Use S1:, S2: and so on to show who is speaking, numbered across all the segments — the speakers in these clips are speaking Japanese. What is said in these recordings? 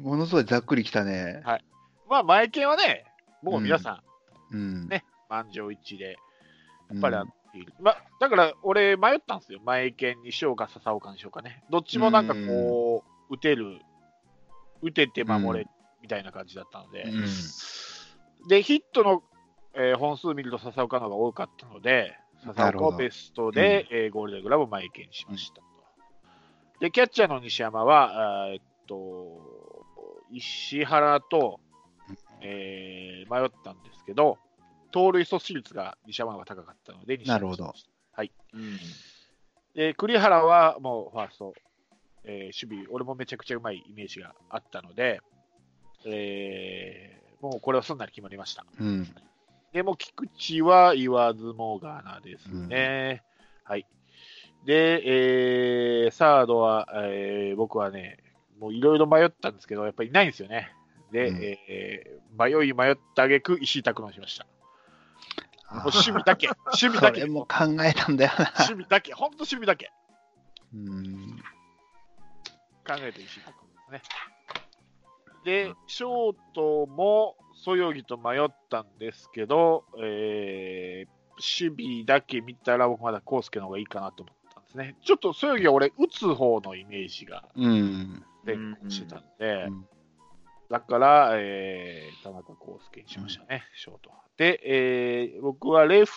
S1: ものすごいざっくりきたね。
S2: まあ、前剣はね、もう皆さ
S1: うん。
S2: ねん、満場一致で、
S1: や
S2: やっぱりあの、まあ、だから俺、迷ったんですよ。前剣にしようか、笹岡にしようかね。どっちもなんかこう、打てる、打てて守れみたいな感じだったので、で、ヒットの、えー本数見ると笹岡の方が多かったので、笹
S1: なる
S2: 岡
S1: ほ
S2: を
S1: ど
S2: ベストで、えーゴールデングラブを前にしましたと。で、キャッチャーの西山は、あーえっと、石原と、えー迷ったんですけど、盗塁阻止率が西山の方が高かったので、西
S1: な
S2: 山
S1: るほど
S2: にしましたはい。
S3: うん
S2: で、栗原はもうファースト、えー守備、俺もめちゃくちゃうまいイメージがあったので、えーもうこれはすんなり決まりました。
S1: うん。うん。
S2: でも菊池は言わずもがなですね。はい。で、えーサードは、えー僕はね、もういろいろ迷ったんですけど、やっぱりいないんですよね。で、
S1: うん
S2: えー迷い迷った挙句石井拓郎にしました。もう
S1: あ
S2: 趣
S1: ー
S2: 味だけ。趣味
S1: そ
S2: だけ。
S1: れも
S2: 趣
S1: 考えたんだよな。
S2: 味だけ。本当趣味だけ。
S1: うん。
S2: 考えて石井拓郎ですね。で、ショートもそよぎと迷ったんですけど、えー守備だけ見たら、僕まだコ介の方がいいかなと思ったんですね。ちょっとそよぎは俺、打つ方のイメージが
S1: うん。
S2: 先行してたんで、
S1: うん
S2: だから、えー田中康介にしましたね、ショートは。で、えー僕はレフ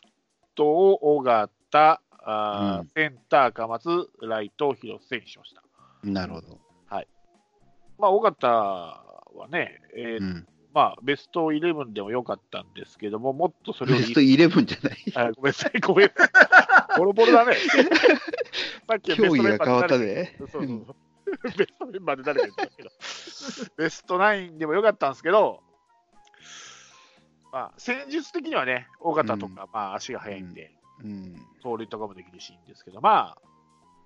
S2: トを尾形、あー
S1: うん
S2: センター、か松、ライト、広瀬にしました。
S1: なるほど。
S2: まあ、尾形はね、えー
S1: うん。
S2: まあ、ベストイレブンでも良かったんですけども、もっとそれを
S1: ベストイレブンじゃない。
S2: あごめんなさい、ごめんなさい。ボロボロだ ね。さっき
S1: 競
S2: はベスト
S1: 技
S2: メ
S1: が
S2: ンバ
S1: 変わ
S2: ーで誰
S1: ったで。
S2: そうそうそう。ベストメンバーで誰か言ってたけど、ベストナインでも良かったんですけど、まあ、戦術的にはね、尾形とか、まあ、足が速いんで、
S1: うん。
S2: 盗塁とかもできるし、いいんですけど、まあ、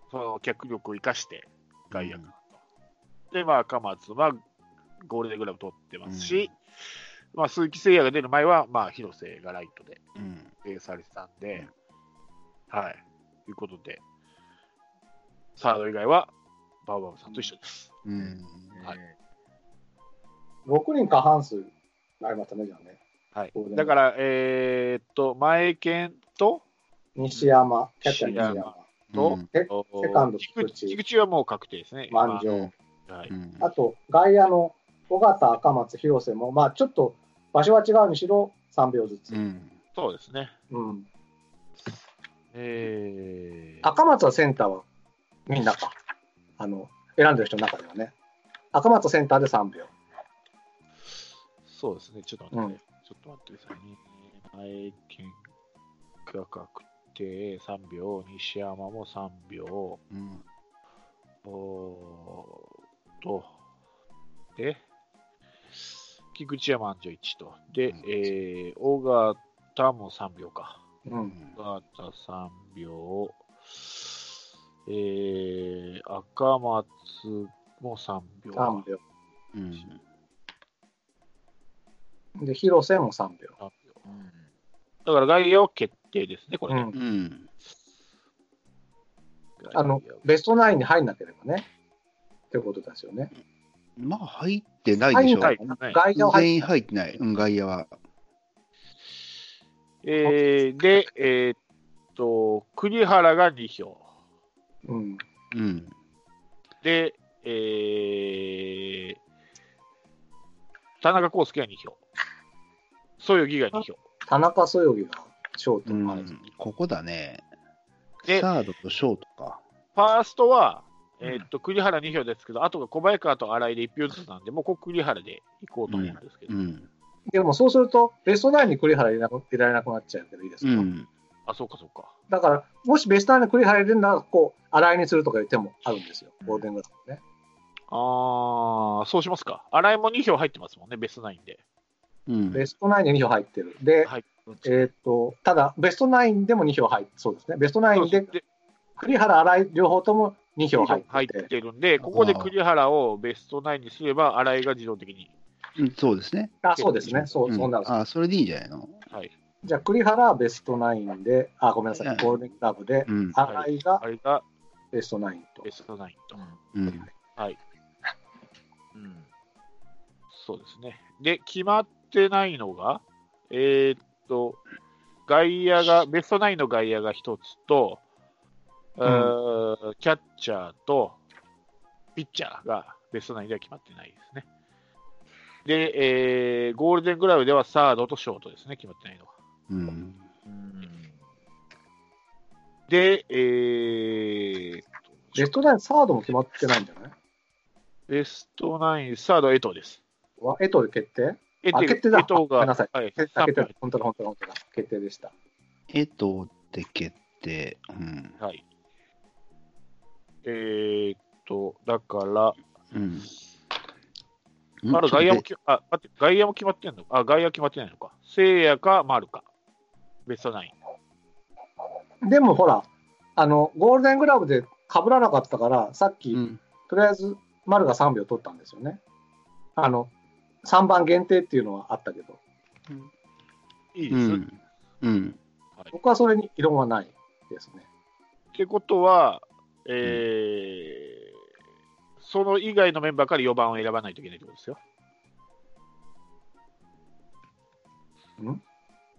S2: その脚力を生かして、外野かなと。で、まあ、鎌津はゴールデングラブ取ってますし、まあ、鈴木誠也が出る前は、まあ、広瀬がライトで
S1: うん。
S2: 予定されてたんで、はい。ということで、サード以外は、バウバウさんと一緒です。
S1: うん。
S2: はい
S3: 6人過半数になりましたね、じゃあね。
S2: はい
S3: そうだ。ね
S2: だから、えーっと、前剣と、
S3: 西山、キャッチャー
S2: 西
S3: 西山
S2: 山、と
S1: うん
S3: えセカンド
S2: 菊
S3: 菊池
S2: 池菊池はもう確定ですね。
S3: 満場。
S2: まあはい。
S1: うん
S3: あと、外野の尾形、赤松、広瀬も、まあ、ちょっと場所は違うにしろ3秒ず
S1: う
S3: つ。うん
S1: ん。
S2: そうですね。えー、
S3: 赤松はセンターはみんなか。あの、選んでる人の中ではね。赤松センターで3秒。
S2: そうですね。ちょっと待って、ちょっと待ってくださいね。前剣が確定3秒、西山も3秒。
S1: うん。
S2: おーっと、で、菊池山安城1と、で、
S1: うん
S2: えー、尾形も3秒か。
S3: うん。
S2: 尾形3秒、えー、赤松も3秒。
S3: 3秒。
S1: うん。
S3: で、広瀬も3秒。
S2: 3秒だから外野は決定ですね、これ
S3: う
S2: ね。
S3: ん
S1: う。ん。
S3: あの
S2: 外野は、
S3: ベストナインに入んなければね。ってことですよね。
S1: まあ、入ってないでしょ。
S2: 入んないですね
S3: 外野を入っ
S1: 全員入ってない。うん、外野は。
S2: えー、で、えーっと、栗原が2票。
S3: うん。
S1: うん。
S2: で、えー、田中康介が2票。そよぎが2票。
S3: 田中そよぎがショート
S1: う
S3: の
S1: ん
S3: 前です、
S1: ここだね。
S2: で
S1: サードとショートか。
S2: ファーストは、
S3: うん
S2: えーっと、栗原2票ですけど、あとが小早川と新井で1票ずつなんで、もうここ栗原で行こうと思うんですけど、
S1: うん。
S3: でもそうすると、ベストナインに栗原入れなく入れられなくなっちゃうけどいいです
S1: う
S3: か、
S1: ん。
S2: あ、そうかそうか。
S3: だから、もしベストナインに栗原入れるなら、こう、洗いにするとかいう手もあるんですよ。ゴールデングラブね。
S2: あー、そうしますか。新井も2票入ってますもんね、ベストナインで。
S1: うん。
S3: ベストナインで2票入ってる。で、
S2: はい
S3: えーっと、ただ、ベストナインでも2票入って、そうですね。ベストナインで
S2: そうで
S3: 栗原、新井両方とも2票入
S2: 入っ
S3: っ
S2: て
S3: てて、
S2: てるんで、ここで栗原をベストナインにすれば、新井が自動的に。
S1: うんそうですね。
S3: あ、そうですね。そう、
S1: ん
S3: そうなる。
S1: あ、それでいいんじゃないの
S3: じゃあ、栗原はベストナインで、あ、ごめんなさ
S1: はい
S3: い、ゴールデングラブで
S1: う、ん。
S3: 新井が
S2: 新井が
S3: ベストナインと
S2: ベ。ストナインと。
S1: うん。
S2: はい。そうですね。で、決まってないのが、えーっと、外野が、ベストナインの外野が1つと、
S3: ん
S2: うーキャッチャーと、ピッチャーがベストナインでは決まってないですね。で、えーゴールデングラブではサードとショートですね、決まってないのが。
S1: うん。
S2: で、えー
S3: ベストナイン、サードも決まってないんじゃない
S2: ベストナイン、サード、江藤です。
S3: わ江藤で決定
S2: 江
S3: あ
S2: 藤
S3: 決定だ
S2: 江藤
S3: ごめん
S2: が、
S3: なさい
S2: はい、
S3: 決
S2: 三
S3: 定
S2: 分
S3: だ。本当だ、本当だ、本当だ。決定でした。
S1: えっと、で決定。うん。
S2: はい。えー、っと、だから、
S1: うん。
S2: あら外野も
S1: ちょっと
S2: き、あ、待って、外野も決まってんのあ、外野決まってないのか。聖夜か丸か。ベストナイン。
S3: でもほら、あの、ゴールデングラブで被らなかったから、さっき、
S1: でうん。
S3: とりあえず丸が3秒取ったんですよね。あの、3番限定っていうのはあったけど、
S2: いいうです。
S1: ん。うん。
S3: 僕はそれに異論はないですね。
S2: ってことは、えーその以外のメンバーから4番を選ばないといけないってことですよ。
S3: ん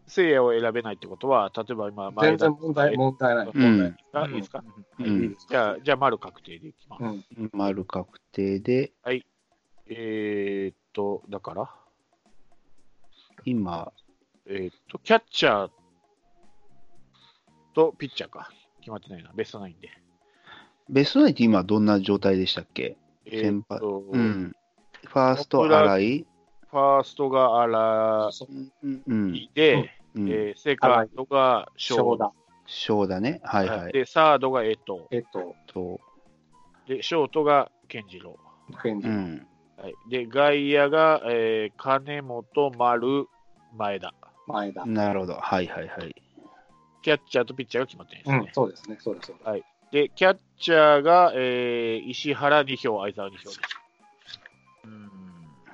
S2: 聖夜を選べないってことは、例えば今、
S3: 全
S2: 前田
S3: 然問題、問題ない。
S1: うん
S3: 問題
S2: が
S3: う
S2: い
S3: ん
S2: いですか、
S1: う
S3: ない。いい
S1: ん
S3: です
S2: じゃあ、じゃあ丸確定でいきます。
S3: うん。
S1: 丸確定で、
S2: えーっと、だから、
S1: 今、
S2: えーっと、キャッチャーとピッチャーか。決まってないな、ベストナインで。
S1: ベストナインって今どんな状態でしたっけ
S2: えーっと、
S1: うん。ファースト、新井。
S2: ファーストが荒
S1: うんうん。
S2: 井で、
S1: うん
S2: えーセカンドが
S3: 正
S2: 翔
S3: 田、
S1: 翔だね。はいはい。
S2: で、サードが江藤、
S3: えっと、
S1: と、
S2: で、ショートが健次郎、
S3: フェンジ、
S1: うん。
S2: はい、で、外野が、えー金本、丸、前田、
S3: 前田。
S1: なるほど。はいはいはい。
S2: キャッチャーとピッチャーが決まってないです
S3: うん
S2: ね、。
S3: そうですね、そうです、そうです。
S2: で、キャッチャーが、えー石原2票、相沢2票です。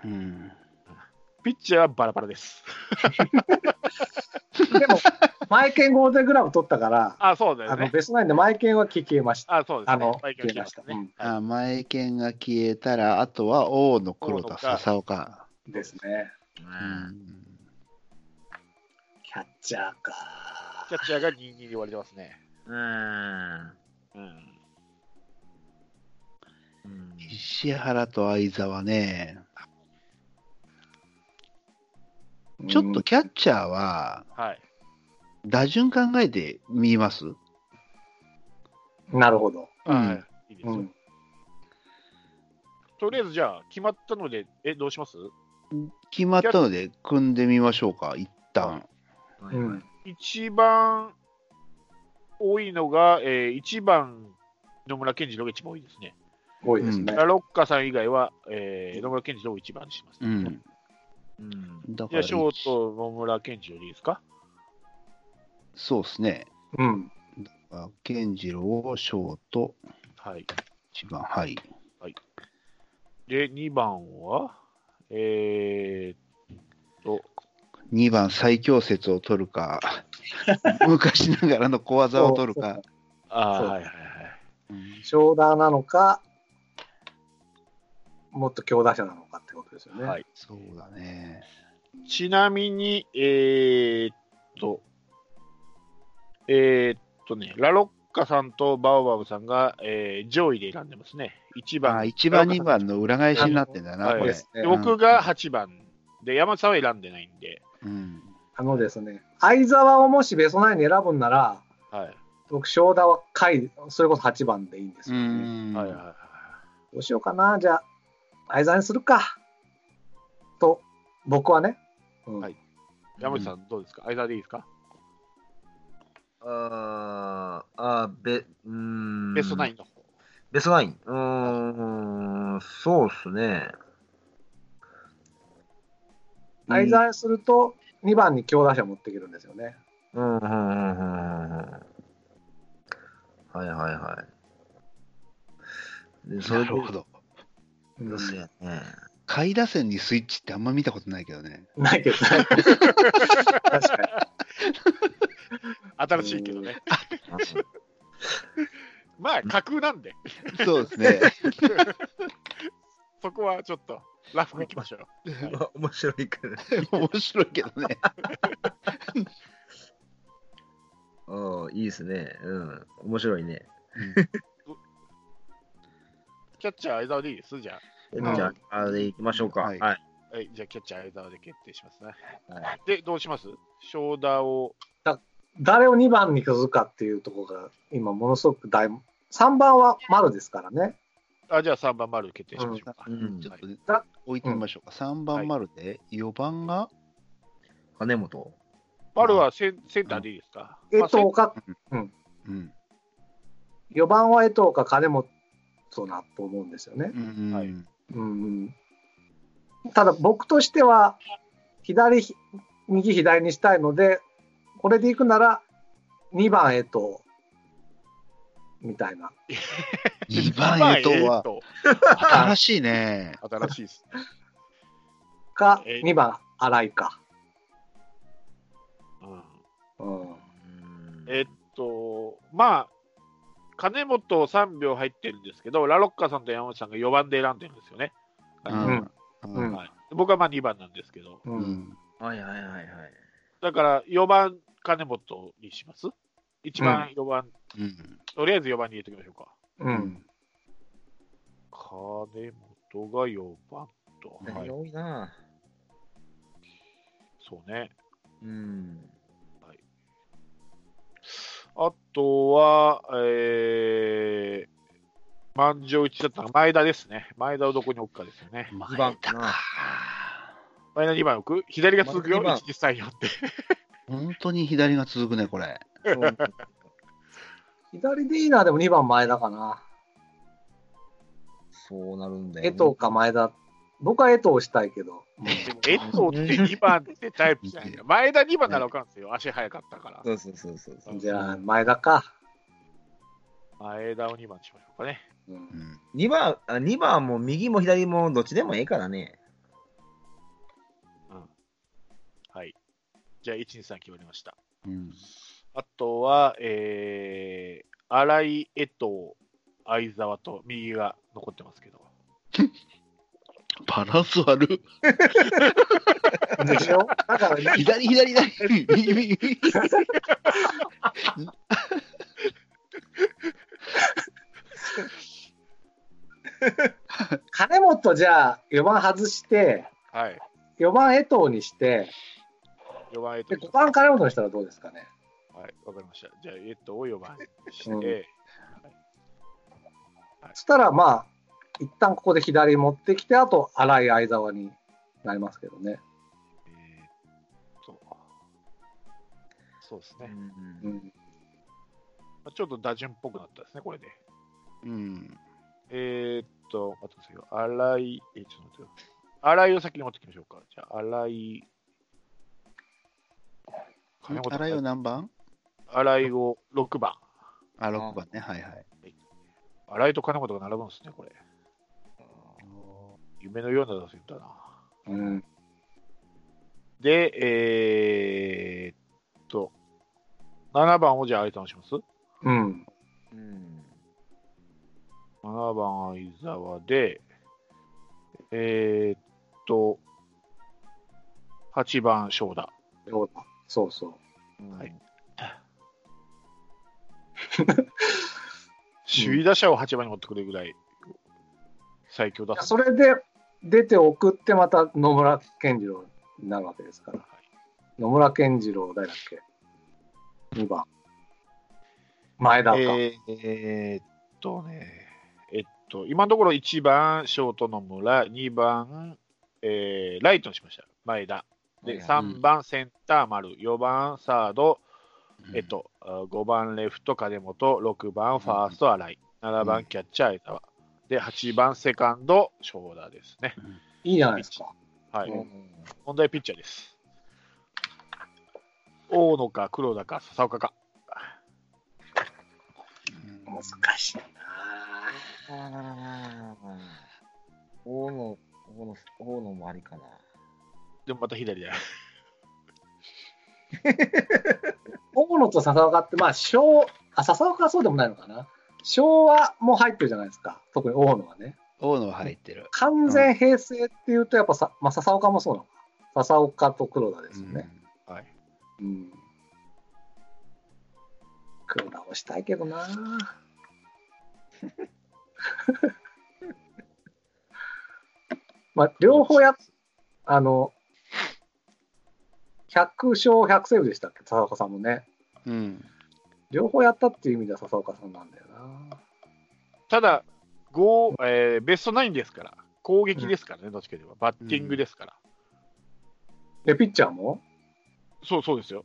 S1: うん。
S2: ピッチャーはバラバラです。
S3: でも、マイケンゴールデングラブ取ったから、
S2: あ、そうだよ
S3: あの
S2: ね。
S3: ベストナインでマイケンは消えました。
S2: あ、そうですね。
S3: あの、
S2: マイ
S3: 消
S2: ケル
S3: えました。
S2: キャッチャーね。
S3: う
S1: あ前剣が消えたら、あとは王の黒
S2: 大野
S1: 田
S2: か
S1: 笹岡。
S3: んですね。
S1: うん
S3: キャッチャーか。
S2: キャッチャーが2-2で終わりてますね。
S4: うん。
S2: うん。
S1: 石原と相沢ね、ちょっとキャッチャーは、
S2: はい。
S1: 打順考えてみます
S3: うんなるほど。
S1: うん
S2: はい。いいです
S3: う
S2: よ。
S3: ん。
S2: とりあえずじゃあ、決まったので、え、どうします
S1: 決まったので、組んでみましょうか、一旦。
S3: うん。
S2: 一番多いのが、えー、1番、野村健次郎が一番多いですね。
S3: 多いですね。
S2: ラロッカさん以外は、えー、野村健次郎を一番にします、
S1: う
S2: ね。
S1: ん。
S4: うん。
S1: だか
S2: じ
S1: ら
S2: ゃあ、ショート、野村健次郎でいいですか
S1: そうですね。
S3: うん。
S1: あ健次郎をショート、
S2: はい。
S1: 一番、はい。
S2: で、2番は、えー、っと、
S1: 2番、最強説を取る か、昔ながらの小技を取るか。
S2: あー
S3: そう
S2: はいはいはい。
S1: うん
S3: ショーダーなのか、もっと強打者なのかってことですよね。
S2: はい
S1: そうだね。
S2: ちなみに、えーっと、えーっとね、ラロッカさんとバオバブさんが、えー上位で選んでますね。1
S1: まあ、
S2: 番。
S1: 1番、2番の裏返しになってんだ
S2: は
S1: な、
S2: い
S1: これ
S3: です。
S2: で
S3: ね
S2: 僕が8番で、山田さんは選んでないんで、
S1: うん。
S3: あのですね、相沢をもしベストナインに選ぶんなら、
S2: はい。
S3: 僕、ショーダーは下位、それこそ8番でいいんです
S1: う
S3: よね。
S1: ん。
S2: はいはいはい。
S3: どうしようかな、じゃあ、相沢にするか。と、僕はね。うん
S2: はい山田さん、どうですか間でいいですか
S4: あーあー、べ、うん。
S2: ベストナイン。の方。
S4: ベストナイン。うーん、そうっすね。
S3: 相沢にすると、2番に強打者持ってくるんですよね。
S4: うん、うん、うん、うん。うんはいはいはい。で、そ
S1: な
S4: れ
S1: るほど。
S3: うん
S4: ですよね。
S1: 下位打線にスイッチってあんま見たことないけどね。
S3: ないけど。確かに。
S2: 新しいけどね。まあ、架空なんで、
S1: そうですね。
S2: そこはちょっと。ラフ行きま しょう。
S4: ま面白いから。
S1: 面白いけどね。
S4: うん、いいですね。うん、面白いね。
S2: キャッチャー相沢でいいですじゃ
S4: じ
S1: はい
S4: ゃあ、あれ行きましょうか。
S1: は
S4: はいい。
S2: あ。はい、じゃあキャッチャー相沢で決定しますね。
S4: はい
S2: で、どうしますショーダーを。
S3: 誰を2番にするかっていうところが今ものすごく大3番は丸ですからね
S2: あ、じゃあ3番丸決定しましょうか。
S4: うん
S1: ちょっとね
S3: だ
S1: 置いてみましょうか。3
S2: は
S1: 番
S2: い
S1: 丸で、4番が、
S4: 金本。
S2: 丸はセンセンターでいいですか、
S3: 江
S2: まあセン
S3: 藤か
S1: うん。
S3: 4番は江藤か金本だと思うんですよね
S1: う、ん
S2: はい
S3: うん、ただ僕としては左ひ右左にしたいのでこれで行くなら2番江藤みたいな
S1: 2番江藤は
S2: 二番
S1: 新しいね。
S2: 江藤新しいです。
S3: か
S2: え
S3: 2番新井か、
S2: うん
S3: うん、
S2: えっと、まあ、金本3秒入ってるんですけど、ラロッカさんと山本さんが4番で選んでるんですよね。
S1: う
S2: は
S1: ん。う
S3: うんん
S2: い僕はまあ2番なんですけど、
S3: う、
S1: うんん。
S4: はいはいはいはい。
S2: だから4番金本にします一番4番、
S1: うん。
S2: とりあえず4番に入れておきましょうか。
S3: うん。
S2: 金本が4番と。はい、
S4: 多いな。
S2: そうね。
S4: うん。
S2: あとは、えー、満場一致だったら前田ですね。前田をどこに置くかですよね。
S1: 2
S4: 番か
S1: か。
S2: 前田2番置く左が続くよ、
S4: 前田
S2: 1、2、3、4って。
S1: 本当に左が続くね、これ。
S3: 左でいいなでも2番前田かな
S4: そうなるんだよ、
S3: 江
S4: ね。
S3: 藤か前田僕は江藤をしたいけど、
S2: でも、江藤って2番ってタイプじゃないな。前田2番なら分かるんですよ。足早かったから。
S4: そうそうそうそうそう。
S3: じゃあ前田か、
S2: 前田を2番にしましょうかね。
S3: う、
S1: うんん。
S4: 2番、あ二番はもう右も左もどっちでもええからね。
S2: はい。じゃあ、1、2、3決まりました。
S1: うん
S2: あとは、えー、新井、江藤、相沢と右が残ってますけど。
S1: バランス悪い。
S3: でしょだからね
S1: 左、左、左。右、右、右。
S3: 金本じゃあ4番外して
S2: はい。
S3: 4番江藤にして
S2: 4番江
S3: で
S2: 藤。
S3: 5番金本にしたらどうですかね
S2: はい、わかりました。じゃあ、えっと、4番にして、
S3: うん
S2: はい
S3: そしたらまあ一旦ここで左持ってきてあと新井相沢になりますけどね、
S2: えー、と、そうです
S4: う
S2: ね。
S4: ん
S3: うん、
S2: まあちょっと打順っぽくなったですね、これで。
S1: うん。
S2: えー、っと、待ってくださいよ。新井、え、ちょっと待ってよ。新井を先に持ってきましょうか。じゃあ、新井。金本
S1: 洗いは何番
S2: 新井を6番。
S1: あ、6番ね。はいはい。
S2: 新井と金本が並ぶんですね、これ。夢のような打線だな。
S3: うん、
S2: で、えー、っと、7番をじゃあ相手にします
S3: うん、
S4: うん。
S2: 7番相沢で、えー、っと、8番翔太。
S3: そうだそうそう
S2: はい 首位打者を8番に持ってくるぐらい最強だ
S3: いやそれで出て送ってまた野村健次郎になるわけですから野村健次郎誰だっけ2番前田か、
S2: えーえーっとね、えっと、今のところ1番、ショートの村、2番、えーライトにしました、前田。で、
S4: はいはい
S2: 3番、センター、丸、4番、サード、えっと、あ5番、レフト、金本、6番、ファースト、新井、7
S1: うん
S2: 番、キャッチャー、江沢。で、8番、セカンド、ショーダーですね。
S3: いいじゃないですか
S2: は
S4: う
S2: い。
S4: ん
S2: 問題ピッチャーです。大野か黒田か笹岡
S1: う
S2: か。
S1: ん
S3: 難しいな
S4: 大野、大野、大野もありかな。
S2: でもまた左だよ。
S3: 大野と笹岡ってまあ小あ笹岡はそうでもないのかな昭和も入ってるじゃないですか特に大野はね
S1: 大野は入ってる。
S3: 完全平成っていうと、やっぱさ、まあ、笹岡もそうなのか。笹岡と黒田ですよね。
S2: はい。
S3: うん。黒田をしたいけどな。まあ、両方や、あの、100勝100セーブでしたっけ、笹岡さんもね。
S1: うん。うん
S3: 両方やったっていう意味では笹岡さんなんだよな。
S2: ただ、ゴーえーベストナインですから、攻撃ですからね、どっちかといえば、バッティングですから。
S3: で、ピッチャーも
S2: そうそうですよ。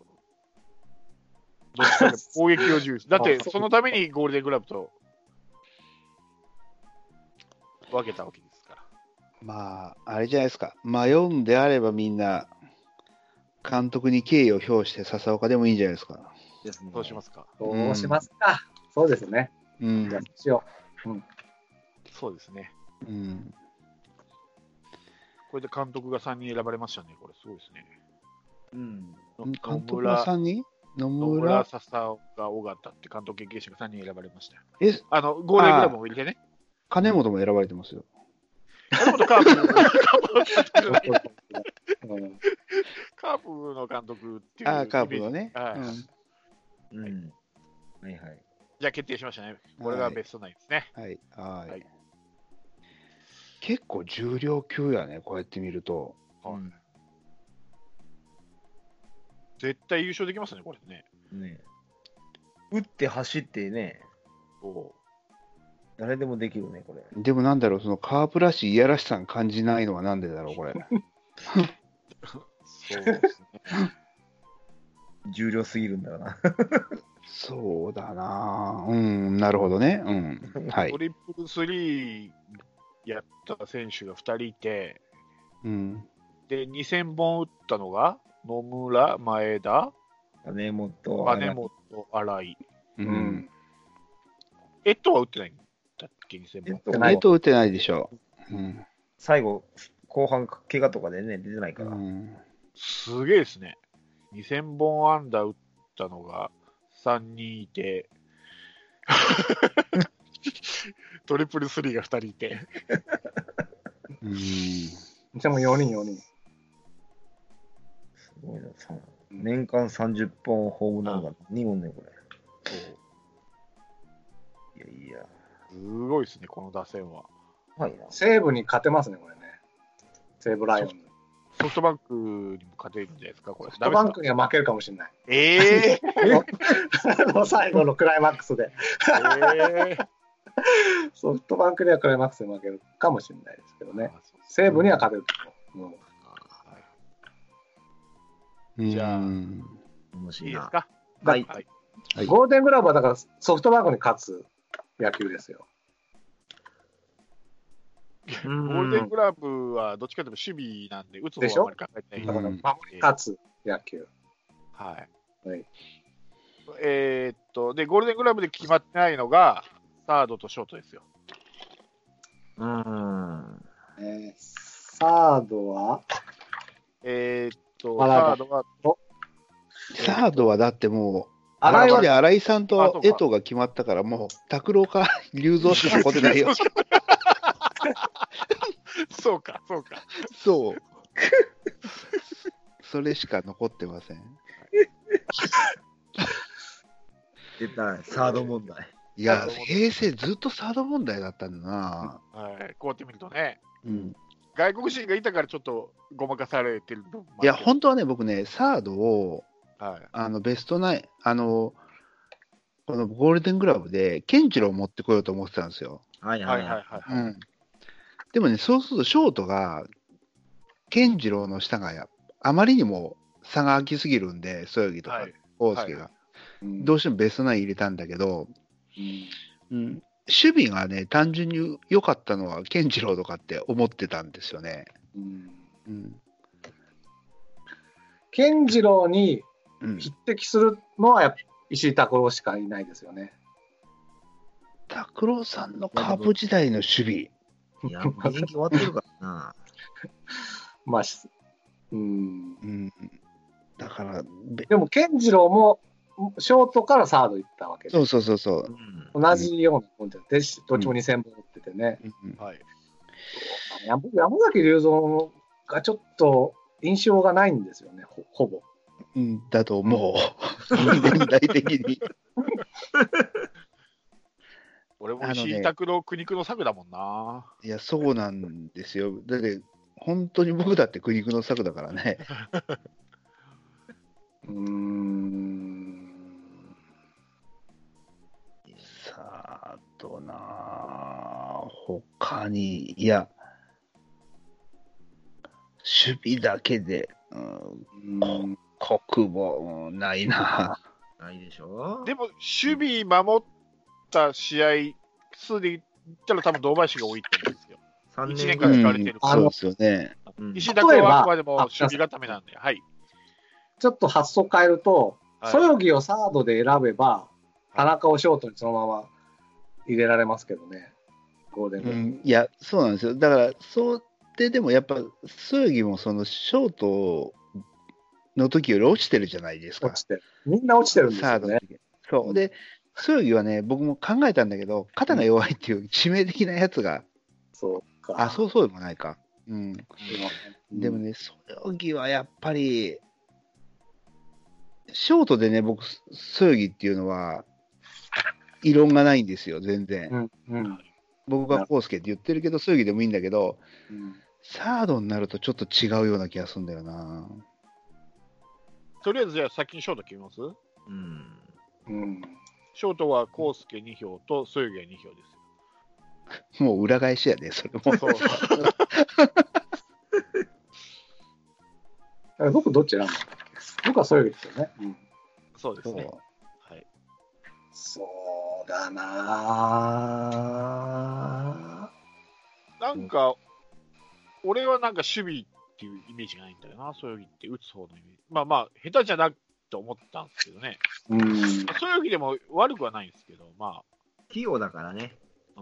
S2: どっちかというと攻撃を重視。だって
S3: あ、そう
S2: そのためにゴールデングラブと分けたわけですから。
S1: まあ、あれじゃないですか。迷うんであればみんな、監督に敬意を表して笹岡でもいいんじゃないですか。
S4: ですね
S2: そうしますか。
S3: そうしますか。そうですね。
S1: うん
S3: じゃあ、。そうしよ
S2: そうですね。
S1: うん、
S2: これで監督が3人選ばれましたね。これ、すごいですね。
S4: うん。
S2: 野
S1: 監督
S2: 村
S1: は3人野
S2: 野
S1: 村
S2: 村、笹岡、尾形って監督経験者が3人選ばれましたよ。
S1: え、
S2: あの、ゴールデングラブも入れてね。
S1: 金本も選ばれてますよ。
S2: あのカープの、
S3: う。うん
S2: カープの監督っていう。
S1: ああ、カープのね。
S2: はい
S1: うん
S4: うん。はいはい。
S2: じゃあ決定しましたね。これがベストナインですね。
S1: はい、はい
S2: はい
S1: 結構重量級やね、こうやって見ると。
S2: はい
S4: うん
S2: 絶対優勝できますね、これね。
S4: ね打って走ってね、
S2: お
S4: 誰でもできるね、これ。
S1: でもなんだろう、そのカープらしいいやらしさん感じないのはなんでだろう、これ。
S2: そうですね。
S4: 重量すぎるんだろうな。
S1: そうだなぁうん、なるほどね。うん。 はい
S2: ト。リプルスリーやった選手が2人いて、
S1: うん。
S2: で、2000本打ったのが、野村、前田、
S4: 金本、
S2: 金本、新井。
S1: う
S3: うんん。
S2: エットは打ってないんだっけ、2000本。
S4: と
S1: えっと、打ってないでしょ。うん。
S4: 最後、後半、怪我とかでね、出てないか
S1: う
S4: ら。
S1: ん、
S2: すげえですね。2000本安打打ったのが3人い て、トリプルスリーが2人いて。
S1: うん
S3: でも4人、4人。
S4: すごいな、さ年間30本ホームランが2本ね、これ。いやいや、や
S2: すごいですね、この打線は。
S4: ばいな。
S3: 西武に勝てますね、これね。西武ライオンズ。
S2: ソフトバンクにも勝てるんじゃないですか、これ。
S3: ソフトバンクには負けるかもしれない。
S2: ダメで すか
S3: あの最後のクライマックスで。
S2: えー、えー
S3: ソフトバンクにはクライマックスで負けるかもしれないですけどね。
S2: あそう
S3: 西武には勝てると思う。
S2: はい
S1: うん
S2: じゃあ
S4: 面
S2: い
S4: 白
S2: い
S4: い
S2: です
S4: な。
S2: か
S4: はい。
S2: はい。
S1: はい
S3: ゴールデングラブはだからソフトバンクに勝つ野球ですよ。
S2: ゴ
S4: ゴ
S2: ールデングラブはどっちかというと守備なんで、打つ方はあまり考えて
S1: う
S2: ない。
S1: ん
S3: 守り勝つ野球。
S2: はい。
S3: はい、
S2: えーっと、で、ゴールデングラブで決まってないのが、サードとショートですよ。
S4: うん。
S3: えーサードは
S2: えーっと、
S3: あら
S2: サードは、
S1: サードはだってもう、荒
S3: 新井
S1: 井
S3: は
S1: で新井さん
S2: あ
S1: と
S2: そうか
S1: 江藤が決まったから、もう、拓郎か龍造しか残ってない よ。
S2: そうか、そうか。
S1: そう。それしか残ってません。
S4: 出た、サード問題。
S1: いや
S2: なる、ほど
S1: 平成ずっとサード問題だったんだな。
S2: はい、こうやって見るとね、
S1: うん、
S2: 外国人がいたからちょっとごまかされてる部分もある
S1: い
S2: け
S1: や、
S2: ど
S1: 本当はね、僕ね、サードを、
S2: はい。
S1: あのベストナイン、あの、このゴールデングラブで、ケンチロを持ってこようと思ってたんですよ。
S4: はい
S2: は
S4: はいい
S2: はいは
S4: はいい。
S2: は
S1: う
S2: い。
S1: ん、でもね、そうすると、ショートが、ケンジロの下がや、あまりにも差が空きすぎるんで、そよぎと
S2: は
S1: か
S2: い、
S1: 大介が、
S2: は
S3: うん
S1: どうしてもベストナイン入れたんだけど、う
S3: うん
S1: ん、守備がね、単純に良かったのは、ケンジロとかって思ってたんですよね。
S3: うん
S1: うん
S3: 健次郎に
S1: うん、
S3: 匹敵するのはやっぱ石井拓郎しかいないですよね。
S1: 拓郎さんのカープ時代の守備、
S4: いや、現役終わってるからな。
S3: まあ、しうん。
S1: うん、だから、べ
S3: でも健次郎もショートからサード行ったわけで
S1: そうそうそうそう
S4: う、ん。
S3: 同じようなもんじゃんでしどっちも2000本打っててね、
S1: うん
S2: はい
S3: や僕山崎隆三がちょっと印象がないんですよね、ほほぼ。
S1: うんだと思 う。年代的に。
S2: 俺も
S1: あのね
S2: 石井拓郎苦肉の策だもんな。
S1: いや、そうなんですよ。だって、本当に僕だって苦肉の策だからね。
S3: うーん。
S1: さあ、あとなあ、他に、いや、守備だけで、うん、
S3: うん
S1: 国防、うんないな。
S4: ないでしょ
S2: でも、守備守った試合数で言ったら、多分堂林が多いって言うんですよ。
S4: 3
S2: 1年
S4: ぐら
S2: 間
S4: い
S2: 使われてるから
S1: そうですよね。
S4: うん
S2: 石井拓郎はあくまでも
S3: 例えばあ
S2: 守備固めなんで、はい。
S3: ちょっと発想変えると、
S2: はい
S3: そよぎをサードで選べば、田中をショートにそのまま入れられますけどね、ゴールデ
S1: う
S3: ンウィーク
S1: ん、いや、そうなんですよ。だから、そうで、でもやっぱ、そよぎもそのショートの時より落ちてるじゃないですか
S3: 落。ちて、みんな落ちてるんです
S1: サ
S3: よ
S1: ード
S3: ね
S1: の。時そうう。
S3: ん
S1: で、そよぎはね、僕も考えたんだけど、肩が弱いっていう致命的なやつが、
S3: そうか。
S1: あ、そうそうでもないか。うん。
S3: うん
S1: でもね、そよぎはやっぱり、ショートでね、僕、そよぎっていうのは、異論がないんですよ、全然。
S3: うんうん
S1: 僕がコウスケって言ってるけど、そよぎでもいいんだけど、
S3: うん
S1: サードになるとちょっと違うような気がするんだよな。
S2: とりあえず、じゃあ先にショート決めます
S4: うん
S3: うん
S2: ショートは康介2票とそよぎが2票です。
S1: もう裏返しやね、それも。
S2: そう
S3: あれ僕どっち選んだっけ僕はそよぎですよね。うん
S2: そうです
S1: そう
S2: ね。はい、
S3: そうだなぁ
S2: なんか、俺はなんか守備っていうイメージがないんだよな、そよぎって打つ方のイメージ。まあまあ、下手じゃなと思ったんですけどね。
S3: うん。
S2: そよぎでも悪くはないんですけど、ま
S4: 器用だからね。
S2: あ、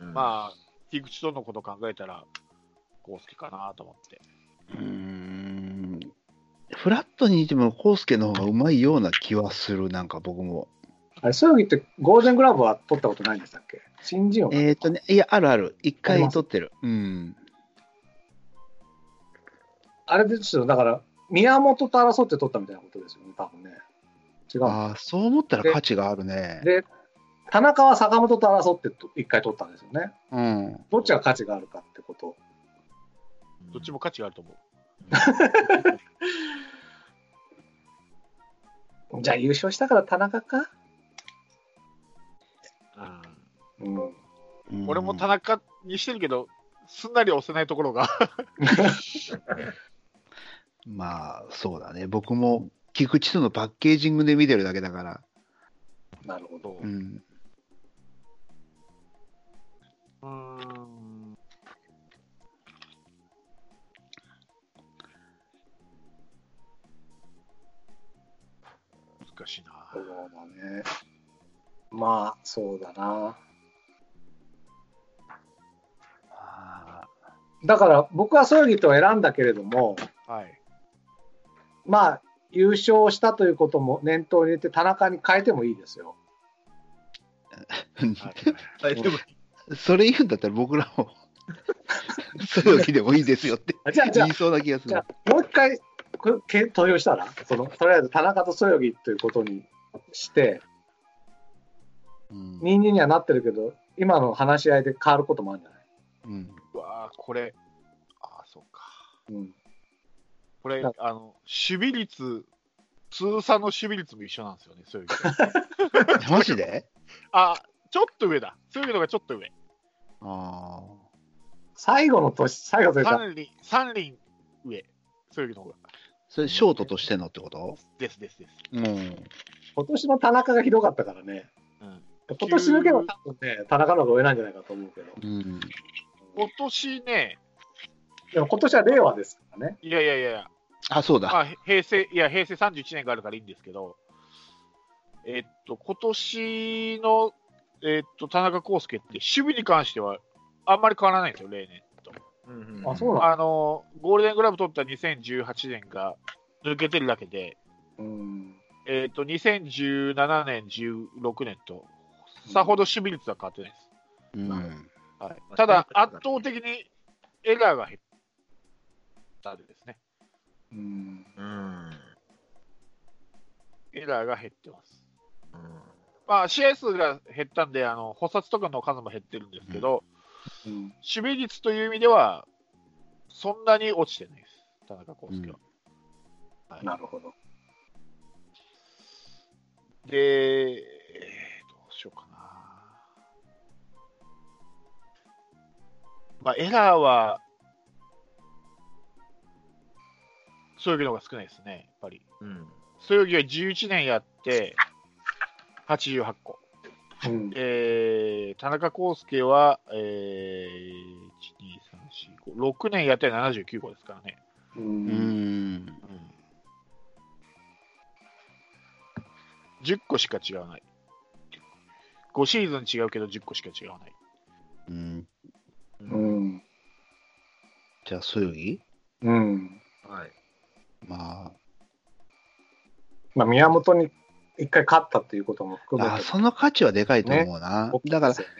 S2: うん、
S4: うん
S2: まあ、木口とのこと考えたら、康介かなと思って。
S1: うーんフラットにいても、コウスケの方がうまいような気はする、なんか僕も。
S3: あれ、そよぎってゴールデングラブは取ったことないんでしたっけ新人王
S1: えっ、とね、いや、あるある。一
S3: あり
S1: 回
S3: ます
S1: 取ってる。うん。
S3: あれですよ、だから、宮本と争って取ったみたいなことですよね、多分ね。違う。
S1: ああ、そう思ったら価値があるね。
S3: で、田中は坂本と争ってと一回取ったんですよね。
S1: うん。
S3: どっちが価値があるかってこと。
S2: どっちも価値があると思う。
S3: じゃあ優勝したから田中か
S2: うん
S3: うん。
S1: うん
S2: 俺も田中にしてるけど、すんなり押せないところが、
S1: まあ、そうだね。僕も菊池とのパッケージングで見てるだけだから。
S3: なるほど。
S1: う。
S2: うんーん難しいな。
S3: そうだね。まあ、そうだな。
S1: ああ
S3: だから、僕はそよぎと選んだけれども、
S2: はい。
S3: まあ、優勝したということも念頭に入れて、田中に変えてもいいですよ。
S2: はい
S4: あでも
S1: それ言うんだったら僕らも、 それをきでもいいですよって
S3: あじゃあ、じゃあ
S1: 言い、そうな気がす
S3: じ
S1: る
S3: ゃ。あもう一回、これけ投票したら、そのとりあえず田中とそよぎということにして、
S1: うん
S3: 2 2にはなってるけど、今の話し合いで変わることもあるんじゃない、
S1: うん
S2: うわあ、これ、ああ、そうか。
S3: うん、
S2: これ
S3: だ、
S2: あの、守備率、通算の守備率も一緒なんですよね、そういう意味で
S1: マジで
S2: あちょっと上だ。そういうのがちょっと上。
S1: あ
S3: 最後の年、最後というか、
S2: 三輪、三輪上。そういうのが。
S1: あ。それ、ショートとしてのってこと
S2: ですですです。
S1: うん。
S3: 今年の田中がひどかったからね、
S2: うん、
S3: 今年抜けば多分ね、田中の方が上なんじゃないかと思うけど、
S1: うん。
S2: 今年ね、
S3: でも今年は令和ですからね、
S2: いやいやいやいや、
S1: あ、そうだ。
S2: まあ、へ平成、いや、平成31年があるからいいんですけど、えっと、今年の、えっと、田中康介って、守備に関しては、あんまり変わらないんですよ、例年と。
S4: うん
S3: あそうなの
S2: あの、ゴールデングラブ取った2018年が抜けてるだけで、
S3: うん、
S2: えっと、2017年、16年と、さほど守備率は変わってないです。
S1: うん。
S2: はい、ただ、圧倒的にエラーが減ったですね。
S3: うん。
S4: うん。
S2: エラーが減ってます。まあ、試合数が減ったんで、あの補殺とかの数も減ってるんですけど、
S3: うん。
S2: 守備率という意味では、そんなに落ちてないです、田中康介は。はい
S3: なるほど。
S2: で、えーどうしようかな。まあ、エラーは、そういうのが少ないですね、やっぱり。
S4: うん。
S2: そよぎは11年やって、88個。
S3: うん。
S2: えー、田中康介は、えー、1、2、3、4、5、6年やって79個ですからね。
S3: う。
S1: うんん。
S2: 10個しか違わない。5シーズン違うけど10個しか違わない。
S1: うん。
S3: うん。
S1: じゃあ、そよぎ
S3: うん。
S4: はい。
S1: ま
S3: まあ、宮本に一回勝ったっていうことも
S1: あ、
S3: 含め
S1: あ
S3: て。
S1: その価値はでかいと思うな。
S3: 大きい
S1: だから
S3: です、よね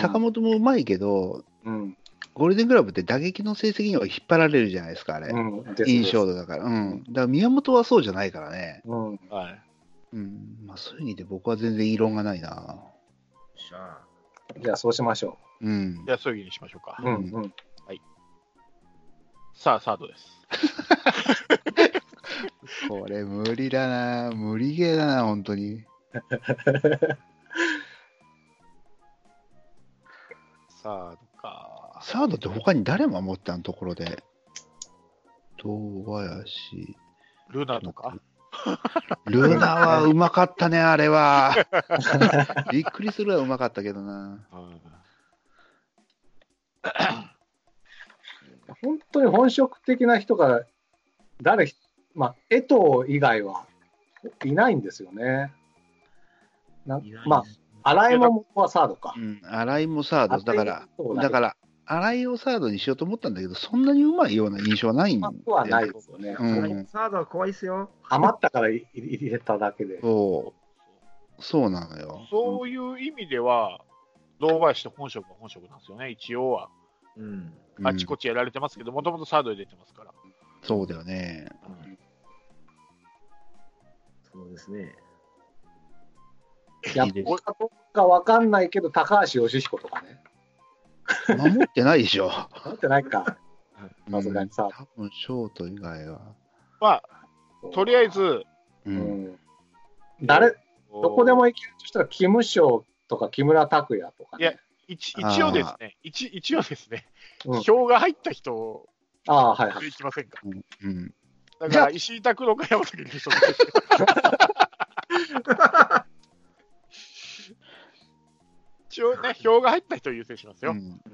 S1: 坂本もうまいけど、
S3: うん。
S1: ゴールデングラブって打撃の成績には引っ張られるじゃないですか、あれ。
S3: うん。です
S1: 印象度だから。うん。だから宮本はそうじゃないからね。
S3: うん。
S2: はい。
S1: うん。まあ、そういう意味で僕は全然異論がないな。
S4: しゃあ。
S3: じゃあ、そうしましょ
S1: うん
S2: じ。ゃあ、そういうふうにしましょうか。
S3: う。うん。うん。
S2: さあ、サードです。
S1: これ無理だな。無理ゲーだな、本当に。
S2: サードか。
S1: サードって他に誰守ってたのところで。堂林。
S2: ルナとか。
S1: ルナはうまかったね、あれは。びっくりするはうまかったけどな。
S2: うん
S3: 本当に本職的な人が、誰ひ、まあ、江藤以外はいないんですよね。ない
S4: ない
S3: まあ、新井も元はサードか
S1: う。ん、新井もサード。だから、
S3: そうだ
S1: だ
S3: け
S1: か
S3: ど
S1: ら、新井をサードにしようと思ったんだけど、そんなにうまいような印象はないんだ
S3: ま
S1: よね
S3: あはないですよね。
S1: うん
S4: サードは怖いっすよ。
S3: 余ったから入れただけで。
S1: そう。そうなのよ。
S2: そういう意味では、堂林と本職は本職なんですよね、一応は。
S4: うん。
S1: うん
S2: あちこちやられてますけど、もともとサードで出てますから。
S1: そうだよね。
S4: そうですね。
S3: やっぱどうかわかんないけど、高橋義彦とかね。
S1: 守ってないでしょ。
S3: なんてないか。さすがにさ
S1: うん多分、ショート以外は。
S2: まあ、 とりあえ、ず、
S1: う。
S3: うんん、誰、どこでも
S2: い
S3: 行けるとしたら、キムショーとか木村拓哉とか、ね。
S2: いや一一応ですね、一一応ですね、
S3: うん、
S2: 票が入った人を
S3: ああ、はいはい。
S2: いきませんか。
S1: うん。
S2: だか
S3: じゃ
S2: ら、
S3: あ
S2: 石井拓郎か山崎隆人一応ね、票が入った人を優先しますよ。
S1: うん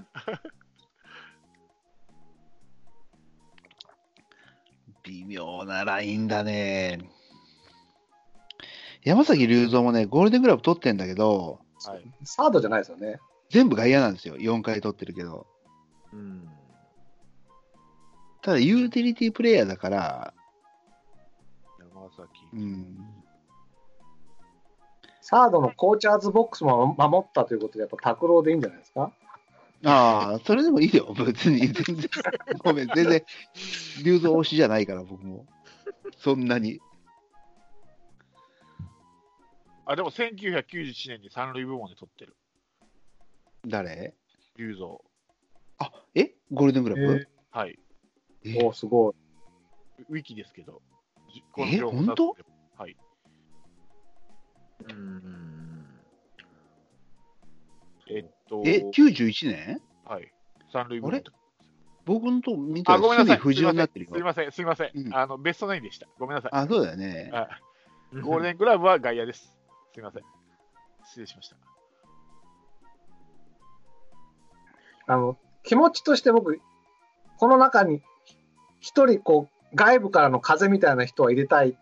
S1: 微妙なラインだね。山崎隆三もね、ゴールデングラブ取ってんだけど、
S2: はい、
S3: サードじゃないですよね。
S1: 全部外野なんですよ、4回取ってるけど。
S4: うん。
S1: ただ、ユーティリティプレイヤーだから、
S2: 山崎
S1: う。ん、
S3: サードのコーチャーズボックスも守ったということで、やっぱ拓郎でいいんじゃないですか。
S1: ああ、それでもいいよ、 別に。全然、ごめん、全然、流動推しじゃないから、僕も。そんなに。
S2: あ、でも1991年に三塁部門で取ってる、
S1: 誰
S2: 龍造。
S1: あ、えゴールデングラブ、
S2: はい。
S1: え
S3: おお、すごい。
S2: ウィキですけど。じ
S1: え
S2: 情報
S1: 本当
S2: はい。
S4: うん。
S2: えっと、
S1: え、91年
S2: はい。三塁部
S1: あれ
S2: 門。
S1: 僕のと見た
S2: あ、
S1: ら
S2: ごめ
S1: す
S2: んな
S1: ぐ
S2: さい。
S1: 不自由になってる
S2: すい
S1: よ。
S2: ません、すいません。
S1: うん
S2: あの、ベストナインでした。ごめんなさい。
S1: あ、そうだよね。
S2: あゴールデングラブは外野です。すいません。失礼しました。
S3: あの、気持ちとして僕、この中に一人こう、外部からの風みたいな人は入れたい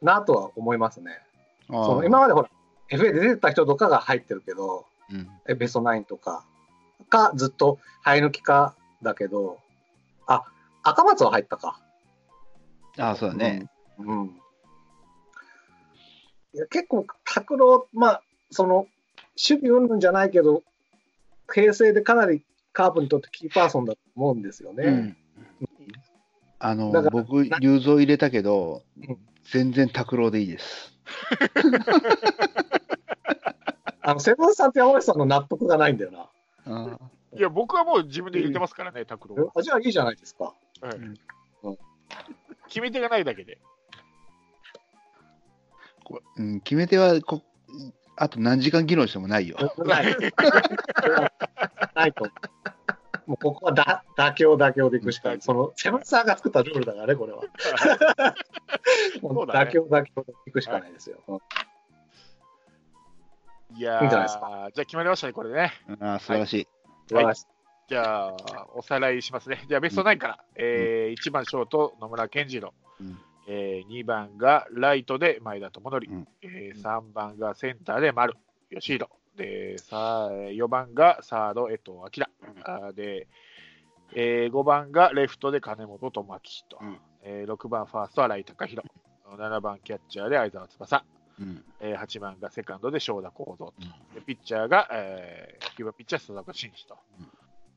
S3: なとは思いますね。
S1: あ
S3: その今までほら、FA で出てた人とかが入ってるけど、
S1: うん、
S3: えベストナインとか、か、ずっと生え抜きかだけど、あ、赤松は入ったか。
S1: あ、そうだね。
S3: うん。いや結構、拓郎、まあ、その、守備うんじゃないけど、平成でかなりカープにとってキーパーソンだと思うんですよね。
S1: うんあの
S3: だから
S1: 僕、雄三入れたけど
S3: うん、
S1: 全然拓郎でいいです。
S3: あのセブンさんと山内さんの納得がないんだよな。
S1: あ
S2: いや、僕はもう自分で入れてますからね、拓郎は。
S3: あじゃあいいじゃないですか。
S2: 決め手がないだけで。
S1: うん、決め手はこ、あと何時間議論してもないよ。
S3: ない。ないと。もうここはだ妥協妥協でいくしかない。そのセブンさんが作ったルールだからね、これは。も
S2: そう
S3: う
S2: だね
S3: 妥協妥協でいくしかないですよ。うん
S2: いや
S3: い
S2: ー
S3: いんじ
S2: じ
S3: ゃ
S2: ゃ
S3: ないです
S2: あ決まりましたね、これね。
S1: ああ、素晴らしい。
S3: 素晴らしい
S2: じゃあ、おさらいしますね。じゃあ、ベスト9から、えー1番ショート、野村健次郎、
S1: うん
S2: え2番がライトで前田智則、
S1: うん
S2: え3番がセンターで丸、吉弘、でさ4番がサード、江藤明、あーで、え5番がレフトで金本智明と、
S1: うん
S2: え6番ファースト、新井貴弘、7番キャッチャーで相澤翼、
S1: うん
S2: えー8番がセカンドで正田幸三と、でピッチャーが、えー、9番ピッチャー、佐々木真司と、
S1: うん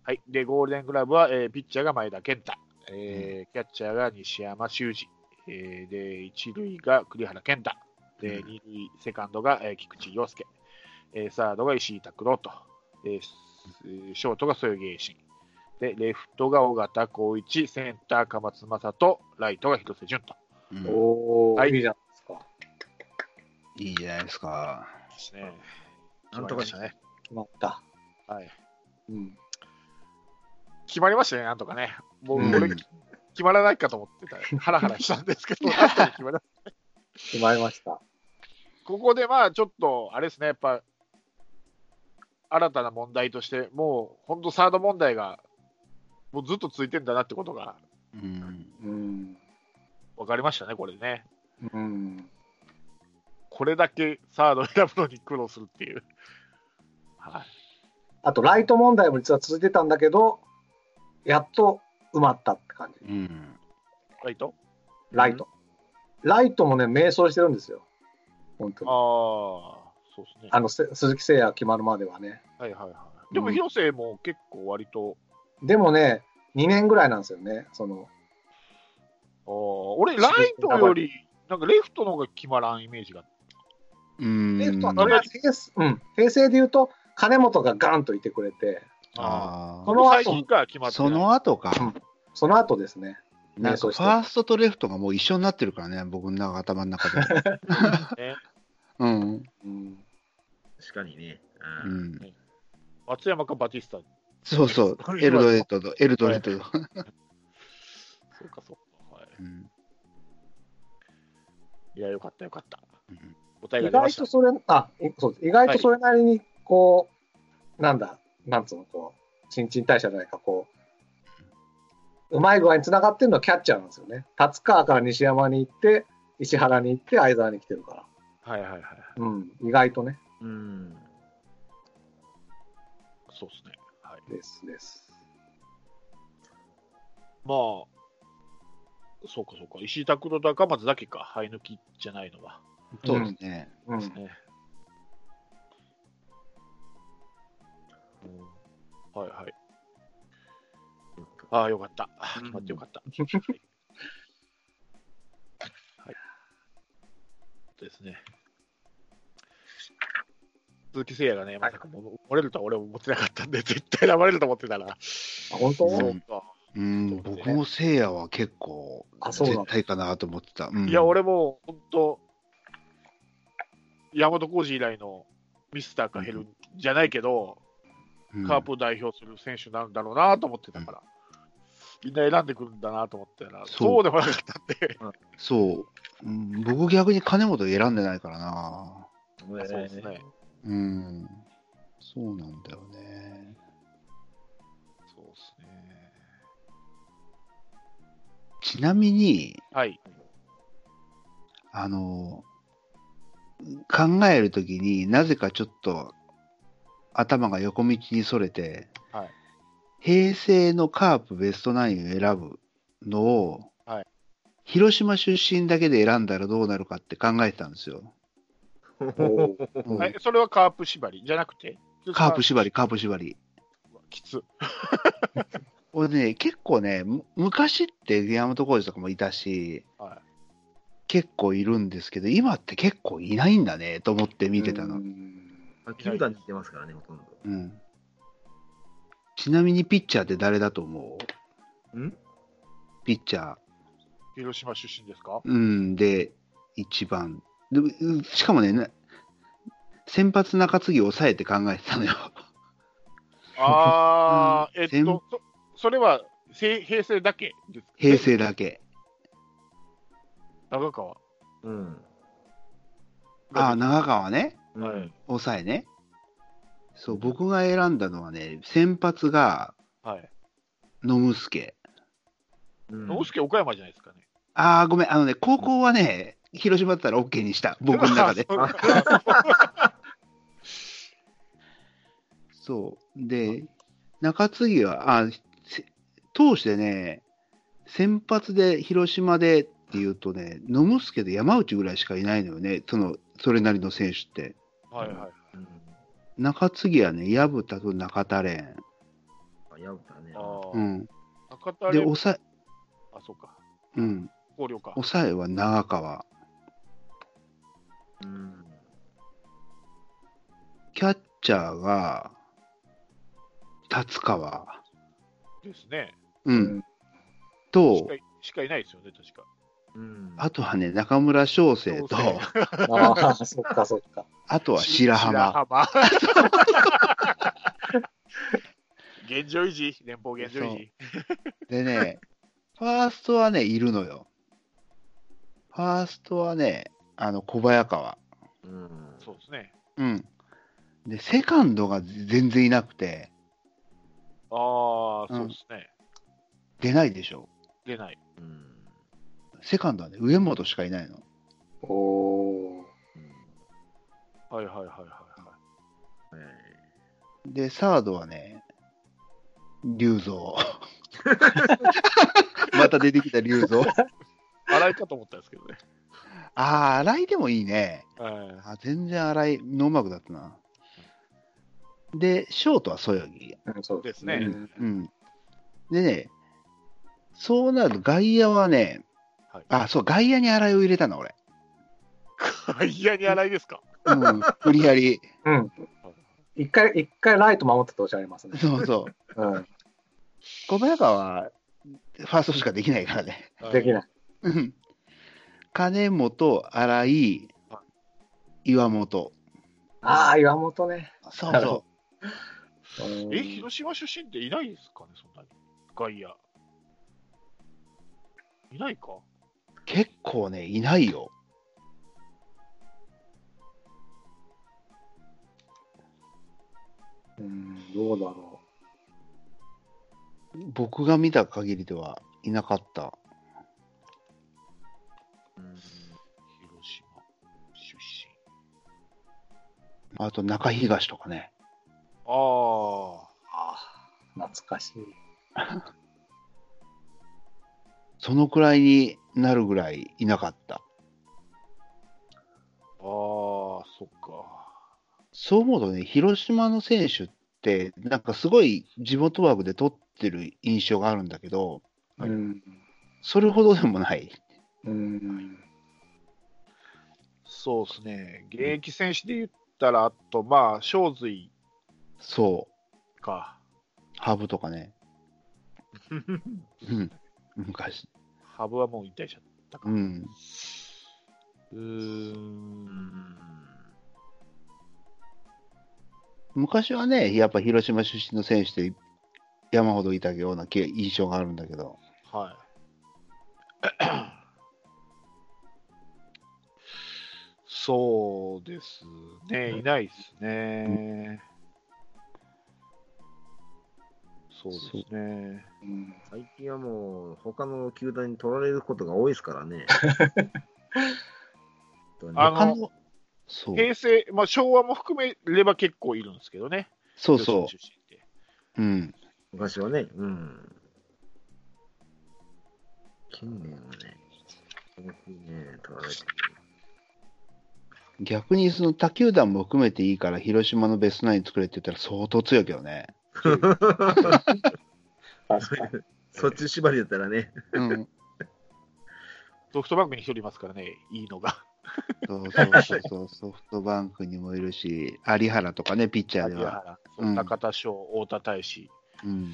S2: はい、でゴールデングラブは、えーピッチャーが前田健太、えーキャッチャーが西山修司、えーで一塁が栗原健太、で
S1: うん
S2: 二塁セカンドが、えー菊池涼介、えーサードが石井拓郎と、えーすショートが添木栄信で、レフトが尾形浩一、センター、鎌津正人、ライトが広瀬淳と。
S1: うん
S3: お
S2: は
S3: ー、
S2: い
S3: いいじゃないですか。
S1: いいじゃないですか。
S2: ですね。
S4: なんとかし
S2: 決まりましたね。
S3: 決まった。
S2: はい。
S3: うん。
S2: 決まりましたね、なんとかね。もう
S1: うん
S2: これ、決まらないかと思ってた、 ハラハラしたんですけど、なんとか決まら
S3: 決まりました。
S2: ここでまあ、ちょっと、あれですね、やっぱ、新たな問題として、もう、本当、サード問題が、もうずっと続いてんだなってことが
S1: うん
S3: うん。
S2: 分かりましたね、これね。
S3: うん。
S2: これだけサードを選ぶのに苦労するっていう。はい、
S3: あと、ライト問題も実は続いてたんだけど、やっと埋まったって感じ。
S1: うん
S2: ライト
S3: ライト。ライトもね、迷走してるんですよ。本当
S2: ああ
S3: に。、
S2: そうですね。
S3: あの、せ鈴木誠也決まるまではね。
S2: はいはいはい。でも、
S3: うん
S2: 広瀬も結構割と、
S3: でもね、2年ぐらいなんですよね。その、
S2: あー俺、ライトより、なんかレフトの方が決まらんイメージがあって
S1: うん
S3: レフトは
S2: あれ
S3: 平成うん、平成で言うと、金本がガンといてくれて、
S1: あ
S3: こ
S2: こ
S1: ー
S3: の
S2: の最
S3: 後
S2: 近から決まってない
S1: その後か。
S3: その後ですね。
S1: なんか
S3: 迷走
S1: フ
S3: して
S1: ァーストとレフトがもう一緒になってるからね、僕の中頭の中で。
S2: ね
S1: うん。
S3: うん、
S4: 確かにね。
S1: う
S4: うん
S1: ん、
S2: 松山かバティスタ。
S1: そうそう
S2: こ、れ
S1: エルドレッドと、エルドレッドと。
S2: そうかそうか。はい、
S1: うん
S2: いや、よかったよかった。
S1: うん
S2: 答えが
S3: 意
S2: 出ま
S3: 外
S2: した
S3: と。それ、あ、いそうです意外とそれなりに、こう、なんだ、なんつうの、こう、新陳代謝じゃないか、こう、うまい具合につながってるのはキャッチャーなんですよね。達川から西山に行って、石原に行って、相沢に来てるか
S2: はいはいはい。
S3: ら。うん、意外とね。
S4: うん。
S2: そうですね。はい、
S3: です、です。
S2: まあ、そうかそうか。石井拓郎と赤松だけか。生え抜きじゃないのは。
S1: そうですね。
S3: うん。
S2: ねうんはいはい。ああ、よかった。
S4: うん
S2: 決まってよ かった。はい。ですね。鈴木誠也がね、まさかも漏れるとは俺も思ってなかったんで、 絶対選ばれると思ってたら。
S3: あ本当、
S1: うん
S2: そうか。
S1: うん、僕も聖夜は結構、
S3: あそうなんだ
S1: 絶対かなと思ってた。うん
S2: いや、、俺も本当、山本浩二以来のミスターかヘルじゃないけど、
S1: うん
S2: カープを代表する選手なんだろうなと思ってたから、みんな選んでくるんだなと思ってたら、
S1: そう
S2: そうでもなかったんで、
S1: そう、うん僕逆に金本選んでないからな。
S4: そう
S2: そうですね。
S1: うん。そうなんだよね。
S2: そうですね。
S1: ちなみに、
S2: はい。
S1: あの、考えるときになぜかちょっと頭が横道にそれて、
S2: はい
S1: 平成のカープベストナインを選ぶのを、
S2: はい
S1: 広島出身だけで選んだらどうなるかって考えてたんですよ。
S3: おー
S1: もう
S2: えそれはカープ縛りじゃなくて
S1: カープ縛り、カープ縛り。
S2: きつ。
S1: 俺ね、結構ね、む昔って山本浩二とかもいたし、
S2: は
S1: 結構いるんですけど、今って結構いないんだねと思って見てたの。
S4: あキルダに似てますからね、ほとんど。
S1: うんちなみにピッチャーって誰だと思うんピッチャー。
S2: い。広島出身で すか
S1: うん、で、1番。でうしかもね、な先発中継ぎ抑えて考えてたのよ。
S2: ああ、えっ
S1: 全
S2: と、そそれはせい平成だけですか
S1: 平成だけ。
S2: 長川。
S4: うん。
S1: ああ、長川ね。
S2: はい。
S1: 抑えね。そう、僕が選んだのはね、先発が
S2: はい。
S1: 野村助。
S4: うん。
S2: 野助岡山じゃないですかね。
S1: ああ、ごめん、あのね、高校はね、広島だったら OK にした、僕の中 で。
S2: あそうか
S1: そう。で、中継ぎは、あせ投手でね、先発で広島でっていうとね、野村助で山内ぐらいしかいないのよね、その、それなりの選手って。
S2: はいはい。
S4: うん。
S1: 中継ぎはね、薮田と中田蓮。
S4: あ、やぶたね。
S2: ああ、
S1: うん。
S2: 中田
S1: で、
S2: レ
S1: 抑え、
S2: あ、そうか。
S1: うん。
S2: 高陵か。
S1: 抑えは長川。
S4: うん。
S1: キャッチャーが、達川。
S2: ですね。
S1: うん。
S2: し
S1: と
S2: か、いしかいないですよね、確か。
S4: うん。
S1: あとはね、中村翔成と、
S2: 翔
S3: ああ、そっかそっか。
S1: あとは白浜。
S2: 白浜。現状維持、連邦現状維持。
S1: でね、ファーストはね、いるのよ。ファーストはね、あの、小早川。
S4: うん。
S2: そうですね。
S1: うん。で、セカンドが全然いなくて、
S2: ああ、
S1: う
S2: そうんですね。
S1: 出ないでしょ。
S2: 出ない。
S4: うん。
S1: セカンドはね、上本しかいないの。
S3: おお
S2: はいはいはいはいは
S4: うん。はい。
S1: で、サードはね、龍蔵。 また出てきた龍蔵。
S2: い。荒いかと思ったんですけどね。
S1: あー、荒井でもいいね。
S2: はい
S1: あ全然荒い、ノーマークだったな。で、ショートはそよぎ。
S3: ー。そう
S2: ですね
S3: うん
S1: うん。でね、そうなると外野はね、
S2: はい
S1: あ、そう、外野に荒いを入れたの、俺。
S2: 外野に荒いですか。
S1: うん、無理やり。
S3: うん。一回、一回ライト守ってたとおっしゃいますね。
S1: そうそう。
S3: うん。
S1: 小早川は、ファーストしかできないからね。
S3: できない。
S1: うん金本、荒井、岩本。
S3: ああ、岩本ね。
S1: そう
S3: なる
S1: そ
S3: ほ
S2: はいえ、広島出身っていないですかね、そんなに。外野。いないか。
S1: う。結構ね、いないよ。
S3: うん、どうだろ
S1: 僕が見た限りではいなかった。
S4: うん
S2: 広島出身。
S1: あと、中東とかね。
S2: あ
S3: う。ああ、懐かしい。
S1: そのくらいになるぐらいいなかった。
S2: あ、ああ、そっか。
S1: そう思うとね、広島の選手って、なんかすごい地元枠で取ってる印象があるんだけど、
S2: はい
S3: うん。
S1: それほどでもない。
S3: うん。
S2: そうですね、現役選手で言ったら、あと、まあ、正髄
S1: そ
S2: か、
S1: う、ハブとか ね。うん、昔。
S2: ハブはもう引退しちゃったか。
S1: う。
S2: うんー、
S4: うんん。
S1: 昔はね、やっぱ広島出身の選手って山ほどいたような気印象があるんだけど、
S2: はい。 そうですね、いないですね。そうですね。
S3: うん
S4: 最近はもう、他の球団に取られることが多いですからね。本当に
S2: あの
S1: 他の、そう、
S2: 平成、まあ、昭和も含めれば結構いるんですけどね、
S1: そうそ
S2: 広島出身って
S1: う、うん。
S4: 昔はね、うん。近年はね、大きいね、取られて
S1: 逆にその他球団も含めていいから、広島のベストナイン作れって言ったら相当強いけどね。
S3: 確かに。
S4: そっち縛りだったらね。
S1: うん。
S2: ソフトバンクに一人いますからね、いいのが。
S1: そうそうそうそう、ソフトバンクにもいるし、有原とかね、ピッチャーで
S2: 有
S1: は。
S2: 原
S1: うん
S2: 中田翔、太田大志、
S1: うん。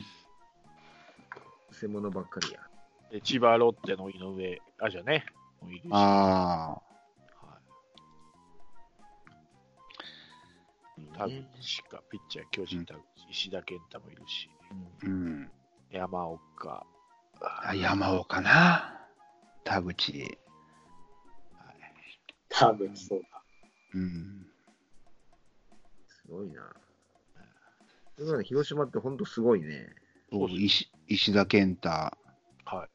S4: 偽物ばっかりや。
S2: で千葉ロッテの井上、あ、じゃね、もういるし
S1: ああ、
S2: はい田口か、ピッチャー、巨人、田口、石田健太もいるし、
S1: うん。
S2: 山岡、
S1: あ山尾かな。田口。
S3: 多分そうだ。
S1: うん。
S4: すごいな。だから広島って本当すごいね。
S1: そう
S2: そう
S1: 石石田健太。
S2: は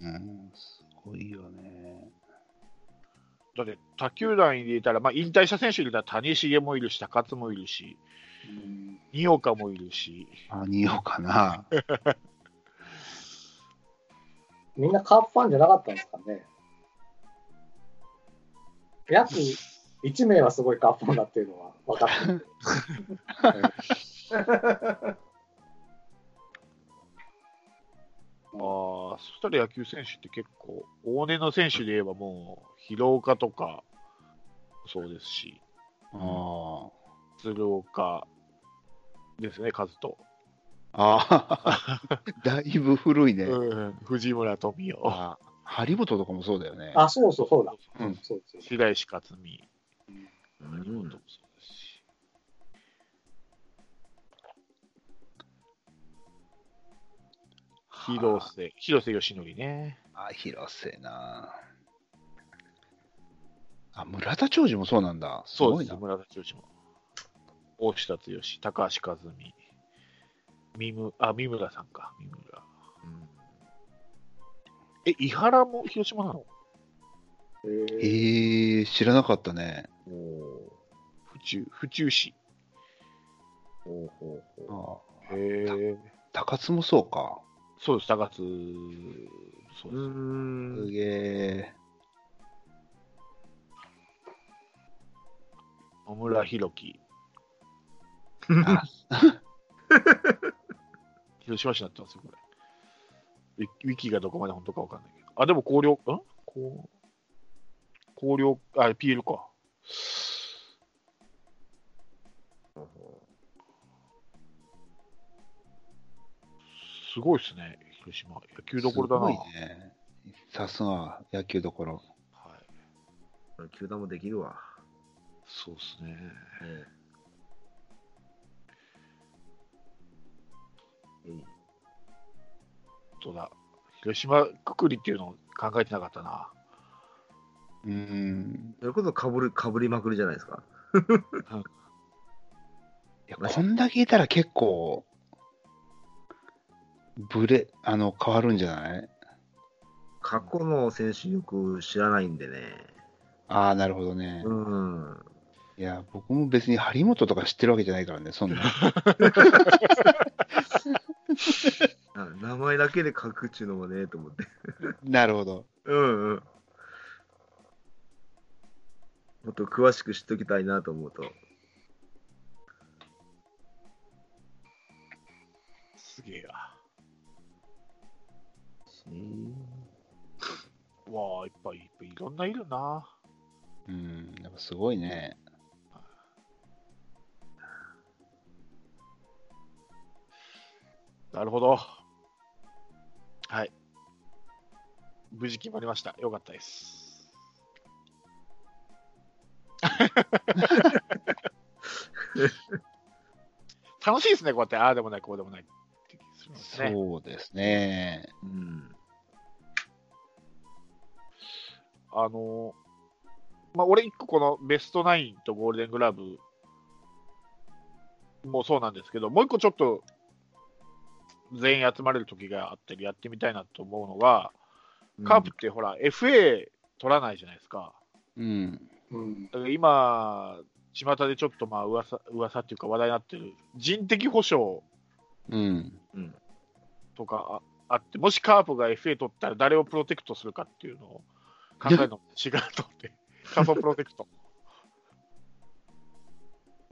S1: うん、すごいよね。
S2: だって他球団に入れたら、まあ、引退した選手入れたら谷繁もいるし、高津もいるし、
S3: うん
S2: 二岡もいるし、
S1: あ、にようかな。
S3: みんなカープファンじゃなかったんですかね。約1名はすごいカープファンだっていうのは分かってる。
S2: ああ、そしたら野球選手って結構、往年の選手で言えばもう、広岡とかそうですし、
S1: あ
S2: 鶴岡ですね、和人、
S1: あ。ああ。 だいぶ古いね。
S2: うん、藤村富夫、
S1: あ張本とかもそうだよね。
S3: あ、そうそうそうだ。
S1: うん
S3: そうですよね
S2: 白石克美、
S4: うん
S2: 張本もそうですし、広瀬、広瀬義則ね。
S1: あ、広瀬な。あ、村田兆治もそうなんだ。す
S2: そう
S1: ご
S2: で
S1: い
S2: す、
S1: な。
S2: 村田兆治も。大下剛、高橋和美、三村あ三村さんか、三村。え、伊原も広島なの
S1: え
S3: へえ
S1: ー、知らなかったね。
S4: うんお
S2: 府中、府中市。
S4: ーおーほうほ
S1: あ
S2: へ
S1: 高津もそうか。
S2: そうです、高津、そう
S4: う
S2: です。
S1: す
S4: ん。
S1: げえ。
S2: 野村弘樹。
S1: あ
S2: 広島市になってますよ、これ。ウィウィキがどこまで本当かわかんないけど。あ、でも広陵、んこう広陵、あ、PL か。すごいですね、広島。野球どころだな。
S1: すごいね。さすが、野球どころ。
S2: はい、
S4: 球団もできるわ。
S2: そうですね。
S4: ねえい
S2: 本当だ。広島くくりっていうのを考えてなかったな。
S1: うーん。
S4: それこそかぶるかぶりまくりじゃないですか。
S1: いやこんだけいたら結構、ブレ、あの、変わるんじゃない
S4: 過去の選手よく知らないんでね。
S1: ああ、なるほどね。
S4: うん。
S1: いや、僕も別に張本とか知ってるわけじゃないからね、そんな。
S4: あ名前だけで書くっちゅうのもね、と思って。
S1: なるほど。
S4: うんうん。もっと詳しく知っときたいなと思うと。
S2: すげえや。わあ、いっぱいいっぱいいろんないるな。
S1: うん、やっぱすごいね。
S2: なるほど。はい。無事決まりました。よかったです。 楽しいですね、こうやって、ああでもない、こうでもないって気するんですね。
S1: そうですね。
S4: うん。
S2: あのまあ、俺一個このベストナインとゴールデングラブもそうなんですけど、もう一個ちょっと全員集まれる時があったりやってみたいなと思うのが、カープってほら FA 取らないじゃないですか。
S1: うん。
S3: うん
S2: だから今、巷でちょっとまあ噂噂っていうか話題になってる人的保障
S1: うん。
S4: うん。
S2: とかああって、もしカープが FA 取ったら誰をプロテクトするかっていうのを考えるのも違うと思って、カーププロテクト。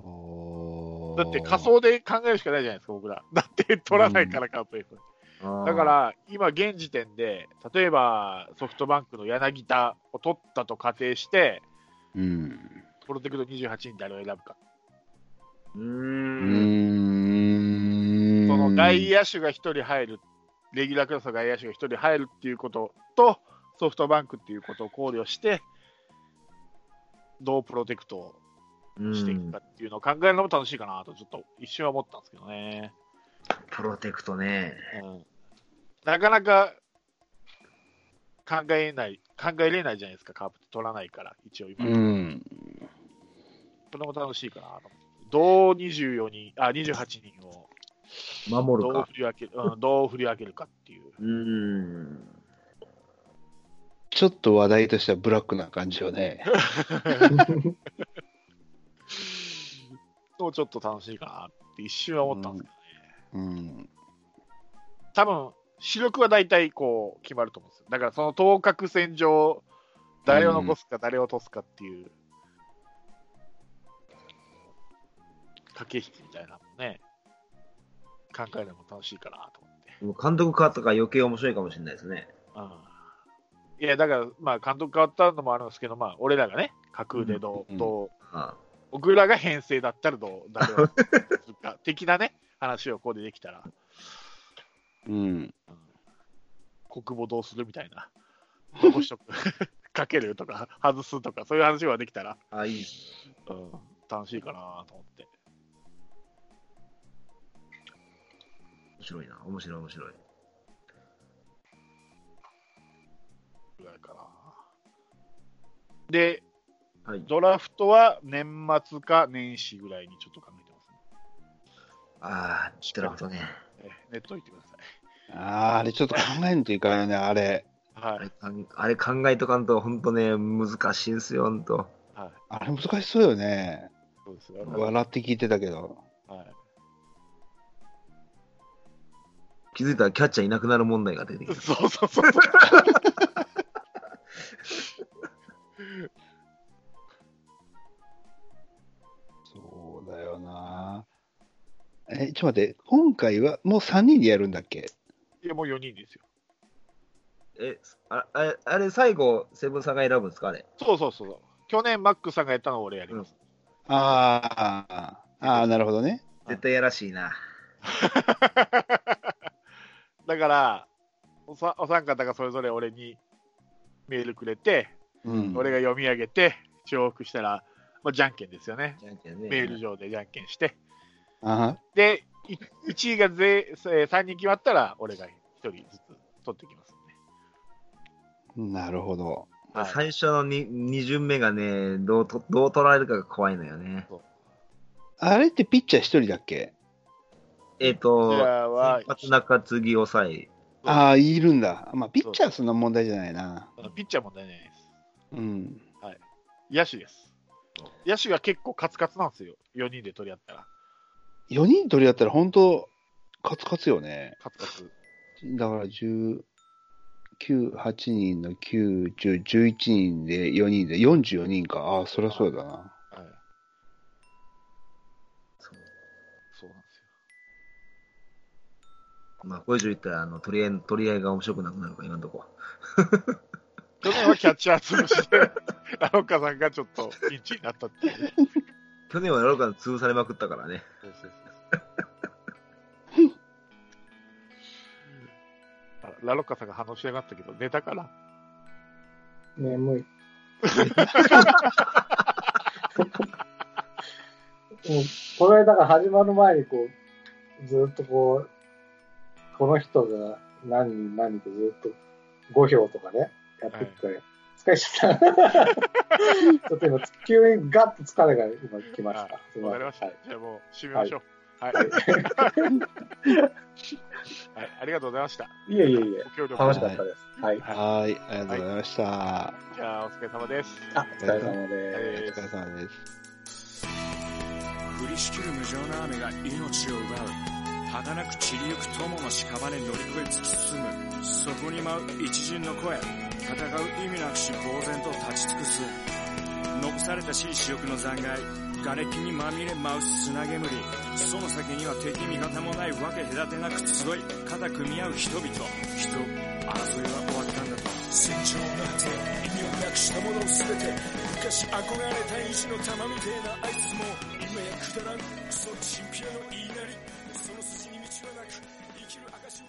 S1: お
S2: だって仮想で考えるしかないじゃないですか、僕ら。 だって取らないから、カープ F。だか、ら、今現時点で、例えばソフトバンクの柳田を取ったと仮定して、
S1: うん。
S2: プロテクト28に誰を選ぶか。
S4: う
S1: う
S4: ーん。
S1: ーん。
S2: その外野手が1人入る、レギュラークラスの外野手が1人入るっていうことと、ソフトバンクっていうことを考慮して、どうプロテクト
S4: う
S2: をしていく
S4: ん
S2: かっていうのを考えるのも楽しいかなと、ちょっと一瞬は思ったんですけどね。
S4: プロテクトね。
S2: うんなかなか考えない、考えれないじゃないですか、カープって取らないから、一応今。
S1: うん。
S2: それも楽しいかなと思って。どう24人、あ、28人を
S4: 守
S2: ど
S4: る
S2: う
S4: か。
S2: 振り分ける、うん、どう振り分けるかっていう。
S4: うーん。
S1: ちょっと話題としてはブラックな感じよね。
S2: のをちょっと楽しいかなって一瞬は思ったんですけどね。
S1: うん。
S2: 多分、主力は大体こう決まると思うんですよ。だからその当確線上、誰を残すか誰を落とすかっていう、駆け引きみたいなのもね、考えるのも楽しいかなと思って。
S4: でも監督変わったから余計面白いかもしれないですね。
S2: うんいや、だから、まあ、監督変わったのもあるんですけど、まあ、俺らがね、架空でどう、
S1: うん
S2: どう、
S4: あ
S2: 小倉が編成だったらどうなるか的なね、話をここでできたら、
S1: うん。
S2: 国母どうするみたいな、残しとく、 かけるとか、外すとか、そういう話ができたら、
S4: あ、いいっす。
S2: うん、楽しいかなと思って。
S4: 面白いな。面白い、面白い。
S2: ぐらいかなで、
S4: はい。
S2: ドラフトは年末か年始ぐらいにちょっと考えてます、
S4: ああ、ドラフトね。
S2: ね。えネット行ってください。
S1: ああ、あれちょっと考えんといかんよね、あれ。
S2: は
S4: あれ
S2: い。
S4: かんあれ考えとかんと、本当ね、難しいんすよ、本当。
S2: はい。
S1: あれ難しそうよね。
S2: そうですよ。
S1: 笑って聞いてたけど。
S2: はい。
S4: 気づいたらキャッチャーいなくなる問題が 出てきた。
S2: そうそうそう。
S1: そうだよな。え、ちょっと待って、今回はもう3人でやるんだっけ
S2: いや、もう4人ですよ。
S4: え、ああれ、あれ最後、セブンさんが選ぶんですか、あれ。
S2: そうそうそう。去年、マックさんがやったのを俺やります。
S1: ああ、ああ、なるほどね。
S4: 絶対やらしいな。
S2: だからおさ、お三方がそれぞれ俺にメールくれて、
S1: うん。
S2: 俺が読み上げて、重複したら、まあ、じゃんけんですよね。
S4: じゃんけんね
S2: メール上でじゃんけんして。
S1: あ
S2: で、1位がぜ3人決まったら、俺が1人ずつ取ってきますんで、
S1: なるほど。
S4: まあ
S2: はい
S4: 最初の 2, 二巡目がねどうと、どう取られるかが怖いのよね。
S1: あれってピッチャー1人だっけ
S4: えっ、
S2: じ
S4: と、
S2: ゃあは
S4: 先発中継ぎ抑え。
S2: そう
S1: ああ、いるんだ。まあ、ピッチャーはそんな問題じゃないな。
S2: ピッチャー問題ないです。
S1: うん。
S2: 野手です。野手が結構カツカツなんですよ。4人で取り合ったら。
S1: 4人取り合ったら本当、カツカツよね。
S2: カツカツ。
S1: だから19、8人の9、10、11人で4人で44人か。ああ、そりゃそうだな。
S2: はい。
S4: そう
S2: そうなんですよ。
S4: まあ、これ以上言ったら、あの取り合い、取り合いが面白くなくなるから、今のとこは。
S2: 去年はキャッチャー潰し で、ラロッカさんがちょっとピンチになったっていう。
S4: 去年はやろうから潰されまくったからね。
S2: そうそうそう。 ラロッカさんが反応しやがったけど、寝たから。
S3: 眠い。もうこの間が始まる前にこう、ずっとこう、この人が何人何人とずっと5票とかね、やってきて、疲れちゃった。ちょっと今、急にガッと疲れが今来ました。すい
S2: わ
S3: ま
S2: か
S3: せ
S2: りました。
S3: んはい
S2: じゃあもう、締めましょう。はい。 はい、ありがとうございました。
S3: いえいえいえ、
S2: ご協力
S3: 楽しかったです。はい。
S1: はい、ありがとうございました。
S2: じゃあ、お疲れ様です。
S3: あ、お疲れ様
S1: お
S3: です。
S2: え
S1: 疲れ様です。
S5: 降りしきる無情な雨が命を奪う儚く散りゆく友の屍に乗り越え突き進むそこに舞う一陣の声戦う意味なくし呆然と立ち尽くす残されたし死欲の残骸瓦礫にまみれ舞う砂煙その先には敵味方もないわけ隔てなく集い肩組み合う人々人争いは終わったんだと戦場なんて意味をなくしたものを全て昔憧れた意地の玉みてえなあいつも今やくだらんクソチンピラの言いなりその筋に道はなく生きる証を